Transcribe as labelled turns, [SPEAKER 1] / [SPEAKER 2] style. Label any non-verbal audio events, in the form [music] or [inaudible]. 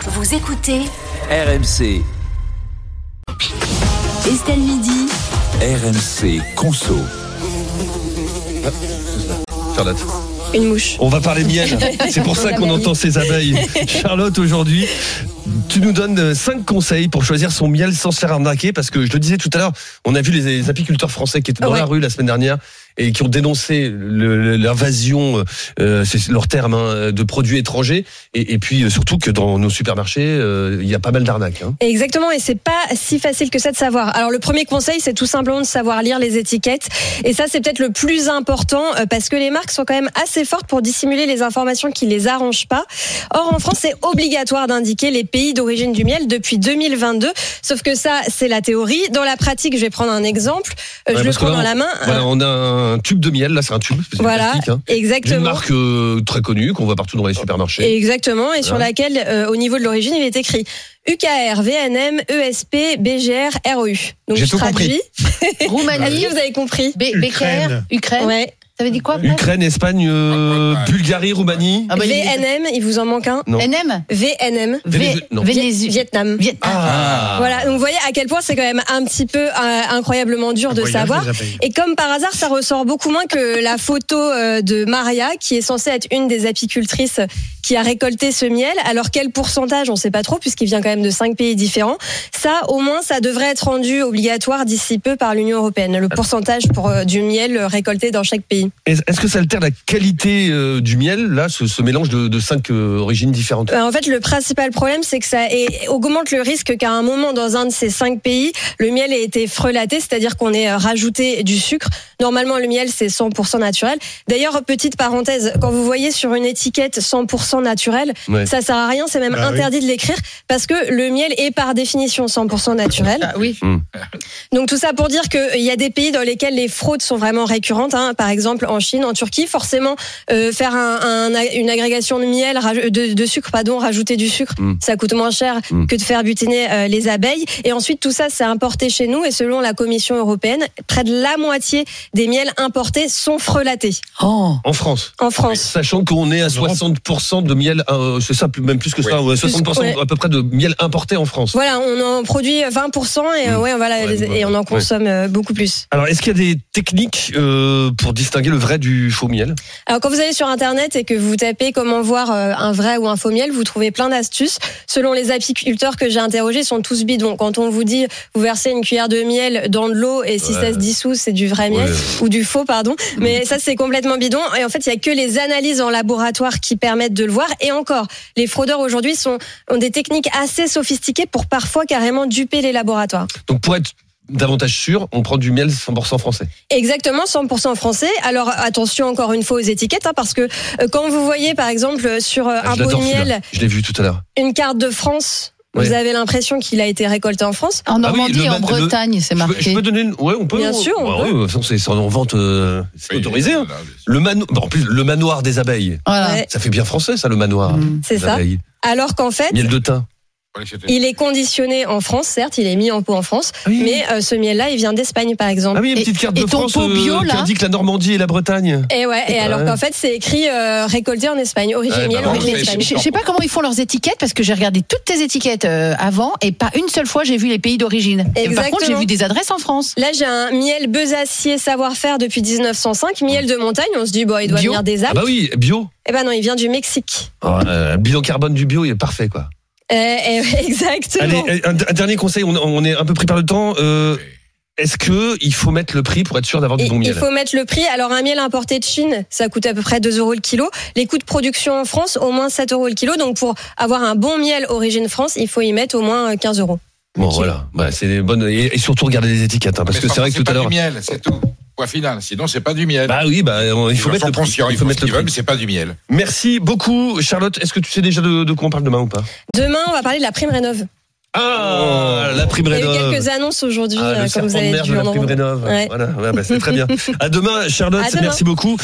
[SPEAKER 1] Vous écoutez
[SPEAKER 2] RMC,
[SPEAKER 1] Estelle Midi.
[SPEAKER 2] RMC Conso.
[SPEAKER 3] Charlotte.
[SPEAKER 4] Une mouche.
[SPEAKER 3] On va parler
[SPEAKER 4] [laughs]
[SPEAKER 3] miel. C'est pour ça qu'on entend ces abeilles. Charlotte, aujourd'hui, tu nous donnes 5 conseils pour choisir son miel sans se faire arnaquer. Parce que je le disais tout à l'heure, on a vu les, les apiculteurs français qui étaient dans
[SPEAKER 4] Ouais.
[SPEAKER 3] la rue la semaine dernière et qui ont dénoncé le- le- l'invasion, euh, c'est leur terme, hein, de produits étrangers. Et, et puis euh, surtout que dans nos supermarchés, euh, il y a pas mal d'arnaques. hein.
[SPEAKER 4] Exactement, et c'est pas si facile que ça de savoir. Alors le premier conseil, c'est tout simplement de savoir lire les étiquettes. Et ça, c'est peut-être le plus important euh, parce que les marques sont quand même assez fortes pour dissimuler les informations qui les arrangent pas. Or, en France, c'est obligatoire d'indiquer les pays d'origine du miel depuis 2022. Sauf que ça, c'est la théorie. Dans la pratique, je vais prendre un exemple. Euh,
[SPEAKER 3] Ouais,
[SPEAKER 4] je le
[SPEAKER 3] parce que
[SPEAKER 4] prends
[SPEAKER 3] là,
[SPEAKER 4] dans la main.
[SPEAKER 3] Voilà,
[SPEAKER 4] Euh,
[SPEAKER 3] on a un tube de miel. Là, c'est un tube. c'est du
[SPEAKER 4] Voilà,
[SPEAKER 3] plastique, hein, D'une
[SPEAKER 4] exactement.
[SPEAKER 3] marque euh, très connue qu'on voit partout dans les supermarchés.
[SPEAKER 4] Exactement, et sur
[SPEAKER 3] Hein.
[SPEAKER 4] laquelle, euh, au niveau de l'origine, il est écrit UKR, VNM, ESP, BGR, ROU. Donc
[SPEAKER 3] J'ai
[SPEAKER 4] je
[SPEAKER 3] tout
[SPEAKER 4] traduis.
[SPEAKER 5] [laughs] Roumanie,
[SPEAKER 4] Est-ce que vous avez compris
[SPEAKER 5] B- BKR, Ukraine.
[SPEAKER 4] Ouais.
[SPEAKER 5] Ça veut dire quoi après
[SPEAKER 3] Ukraine, Espagne, euh, Bulgarie, Roumanie.
[SPEAKER 5] Ah bah, il y a des-
[SPEAKER 4] VNM, il vous en manque un.
[SPEAKER 3] Non.
[SPEAKER 5] NM
[SPEAKER 4] VNM,
[SPEAKER 3] Vénézu- non.
[SPEAKER 5] Vénézu-
[SPEAKER 4] Vietnam.
[SPEAKER 5] Vietnam.
[SPEAKER 3] Ah.
[SPEAKER 4] Voilà, donc vous voyez à quel point c'est quand même un petit peu euh, incroyablement dur de savoir. Et comme par hasard, ça ressort beaucoup moins que la photo euh, de Maria, qui est censée être une des apicultrices qui a récolté ce miel. Alors quel pourcentage, on ne sait pas trop, puisqu'il vient quand même de cinq pays différents. Ça, au moins, ça devrait être rendu obligatoire d'ici peu par l'Union européenne, le pourcentage pour, euh, du miel euh, récolté dans chaque pays.
[SPEAKER 3] Est- Est-ce que ça altère la qualité euh, du miel, là, ce, ce mélange de, de cinq euh, origines différentes
[SPEAKER 4] Euh, En fait, le principal problème, c'est que ça é- augmente le risque qu'à un moment, dans un de ces cinq pays, le miel ait été frelaté, c'est-à-dire qu'on ait euh, rajouté du sucre. Normalement, le miel, c'est 100% naturel. D'ailleurs, petite parenthèse, quand vous voyez sur une étiquette 100% naturel,
[SPEAKER 3] Ouais.
[SPEAKER 4] ça sert à rien, c'est même
[SPEAKER 6] Bah oui.
[SPEAKER 4] interdit de l'écrire, parce que le miel est par définition 100% naturel.
[SPEAKER 5] Ah oui.
[SPEAKER 4] Donc tout ça pour dire qu'il y a des pays dans lesquels les fraudes sont vraiment récurrentes, hein. par exemple en Chine, en Turquie, forcément euh, faire un, un- une agrégation de miel, raj- de, de sucre, pardon, rajouter du sucre,
[SPEAKER 3] Mm.
[SPEAKER 4] ça coûte moins cher
[SPEAKER 3] Mm.
[SPEAKER 4] que de faire butiner euh, les abeilles. Et ensuite tout ça c'est importé chez nous et selon la Commission européenne, près de la moitié des miels importés sont frelatés
[SPEAKER 5] Oh.
[SPEAKER 3] En France
[SPEAKER 4] en France.
[SPEAKER 3] Sachant qu'on est à 60% de miel, euh, c'est ça, plus- même plus que ça, ouais, 60%
[SPEAKER 4] Ouais.
[SPEAKER 3] à peu près de miel importé en France.
[SPEAKER 4] Voilà, on en produit 20% et, euh,
[SPEAKER 3] Mm.
[SPEAKER 4] ouais, voilà,
[SPEAKER 3] Ouais,
[SPEAKER 4] les-
[SPEAKER 3] bah,
[SPEAKER 4] et on en
[SPEAKER 3] ouais.
[SPEAKER 4] consomme euh, beaucoup plus.
[SPEAKER 3] Alors, est-ce qu'il y a des techniques euh, pour distinguer le vrai du faux miel
[SPEAKER 4] Alors quand vous allez sur internet et que vous tapez comment voir euh, un vrai ou un faux miel, vous trouvez plein d'astuces. Selon les apiculteurs que j'ai interrogés, ils sont tous bidons. Quand on vous dit vous versez une cuillère de miel dans de l'eau et si ça se dissout, c'est du vrai miel
[SPEAKER 3] Ouais.
[SPEAKER 4] ou du faux pardon. Mais ça c'est complètement bidon et en fait, il y a que les analyses en laboratoire qui permettent de le voir et encore, les fraudeurs aujourd'hui sont ont des techniques assez sophistiquées pour parfois carrément duper les laboratoires.
[SPEAKER 3] Donc, pour être davantage sûr, on prend du miel 100% français.
[SPEAKER 4] Exactement, 100% français. Alors attention encore une fois aux étiquettes, hein, parce que euh, quand vous voyez par exemple euh, sur euh,
[SPEAKER 3] Ah,
[SPEAKER 4] un
[SPEAKER 3] je
[SPEAKER 4] pot de
[SPEAKER 3] l'adore, celui-là.
[SPEAKER 4] miel
[SPEAKER 3] Je l'ai vu tout à l'heure.
[SPEAKER 4] une carte de France,
[SPEAKER 3] Ouais.
[SPEAKER 4] vous avez l'impression qu'il a été récolté en France.
[SPEAKER 5] En
[SPEAKER 3] Ah oui,
[SPEAKER 5] Normandie
[SPEAKER 3] le
[SPEAKER 5] et en
[SPEAKER 3] mat-
[SPEAKER 5] Bretagne, c'est
[SPEAKER 3] Je peux, je
[SPEAKER 5] marqué.
[SPEAKER 3] peux donner une. Ouais, on peut.
[SPEAKER 4] Bien
[SPEAKER 3] on-
[SPEAKER 4] sûr, on
[SPEAKER 3] Bah
[SPEAKER 4] peut.
[SPEAKER 3] oui, de toute façon, c'est c'est en vente, euh, c'est autorisé. hein. Le mano... bah, en plus, le manoir des abeilles.
[SPEAKER 5] Voilà.
[SPEAKER 4] Ouais,
[SPEAKER 3] Ça fait bien français, ça, Ah le manoir.
[SPEAKER 5] Mm.
[SPEAKER 4] c'est
[SPEAKER 3] des
[SPEAKER 4] ça.
[SPEAKER 3] abeilles.
[SPEAKER 4] Alors qu'en fait,
[SPEAKER 3] Miel de thym.
[SPEAKER 4] il est conditionné en France, certes, il est mis en pot en France,
[SPEAKER 3] Mmh.
[SPEAKER 4] mais euh, ce miel-là, il vient d'Espagne par exemple.
[SPEAKER 3] Ah oui, une
[SPEAKER 5] Et-
[SPEAKER 3] petite carte
[SPEAKER 5] et
[SPEAKER 3] de
[SPEAKER 5] ton
[SPEAKER 3] France euh,
[SPEAKER 5] pot bio,
[SPEAKER 3] qui
[SPEAKER 5] là
[SPEAKER 3] indique la Normandie et la Bretagne.
[SPEAKER 4] Et ouais, et alors
[SPEAKER 3] Ah Ouais.
[SPEAKER 4] qu'en fait, c'est écrit euh, récolté en Espagne, origine
[SPEAKER 3] Ouais, bah,
[SPEAKER 4] miel,
[SPEAKER 3] bon,
[SPEAKER 4] origine
[SPEAKER 3] mais
[SPEAKER 5] Je-
[SPEAKER 4] Espagne.
[SPEAKER 5] Je je sais pas comment ils font leurs étiquettes parce que j'ai regardé toutes tes étiquettes euh, avant et pas une seule fois j'ai vu les pays d'origine. Et Par
[SPEAKER 4] Exactement.
[SPEAKER 5] contre, j'ai vu des adresses en France.
[SPEAKER 4] Là, j'ai un miel besacier savoir-faire depuis 1905, miel de montagne. On se dit, bon, il doit
[SPEAKER 5] Bio.
[SPEAKER 4] venir des
[SPEAKER 3] Ah
[SPEAKER 4] Alpes.
[SPEAKER 3] bah oui, bio.
[SPEAKER 4] Eh ben non, il vient du Mexique.
[SPEAKER 3] Ah, euh, bilan carbone du bio, il est parfait, quoi.
[SPEAKER 4] Euh, euh, [laughs] exactement.
[SPEAKER 3] Allez, euh, un, un dernier conseil, on, on est un peu pris par le temps. euh, Est-ce que il faut mettre le prix pour être sûr d'avoir du
[SPEAKER 4] Il-
[SPEAKER 3] bon
[SPEAKER 4] il
[SPEAKER 3] miel
[SPEAKER 4] faut mettre le prix. Alors, un miel importé de Chine, ça coûte à peu près 2 euros le kilo. Les coûts de production en France, au moins 7 euros le kilo. Donc, pour avoir un bon miel origine France, il faut y mettre au moins 15 euros.
[SPEAKER 3] Bon, voilà. Voilà, c'est des bonnes. Et, et surtout, regardez les étiquettes, hein, parce
[SPEAKER 7] Mais
[SPEAKER 3] que c'est vrai que tout
[SPEAKER 7] pas
[SPEAKER 3] à l'heure.
[SPEAKER 7] du miel, c'est tout. Point final. Sinon, c'est pas du miel.
[SPEAKER 3] Bah oui, bah, on- il faut
[SPEAKER 7] Les
[SPEAKER 3] mettre
[SPEAKER 7] gens sont
[SPEAKER 3] le prix.
[SPEAKER 7] conscients,
[SPEAKER 3] Il faut mettre
[SPEAKER 7] ce
[SPEAKER 3] le
[SPEAKER 7] qu'ils veulent, mais
[SPEAKER 3] prix.
[SPEAKER 7] c'est pas du miel.
[SPEAKER 3] Merci beaucoup, Charlotte. Est-ce que tu sais déjà de, de quoi on parle demain ou pas
[SPEAKER 4] Demain, on va parler de la prime rénov.
[SPEAKER 3] Ah, la prime
[SPEAKER 4] Il y a eu
[SPEAKER 3] rénov.
[SPEAKER 4] quelques annonces aujourd'hui,
[SPEAKER 3] Ah,
[SPEAKER 4] euh,
[SPEAKER 3] le
[SPEAKER 4] comme
[SPEAKER 3] serpent
[SPEAKER 4] vous
[SPEAKER 3] de
[SPEAKER 4] avez
[SPEAKER 3] mer de
[SPEAKER 4] dû
[SPEAKER 3] la
[SPEAKER 4] en
[SPEAKER 3] prime
[SPEAKER 4] entendre.
[SPEAKER 3] rénov.
[SPEAKER 4] Ouais.
[SPEAKER 3] Voilà, ouais, bah, c'est très bien. À demain, Charlotte.
[SPEAKER 4] À demain.
[SPEAKER 3] Merci beaucoup.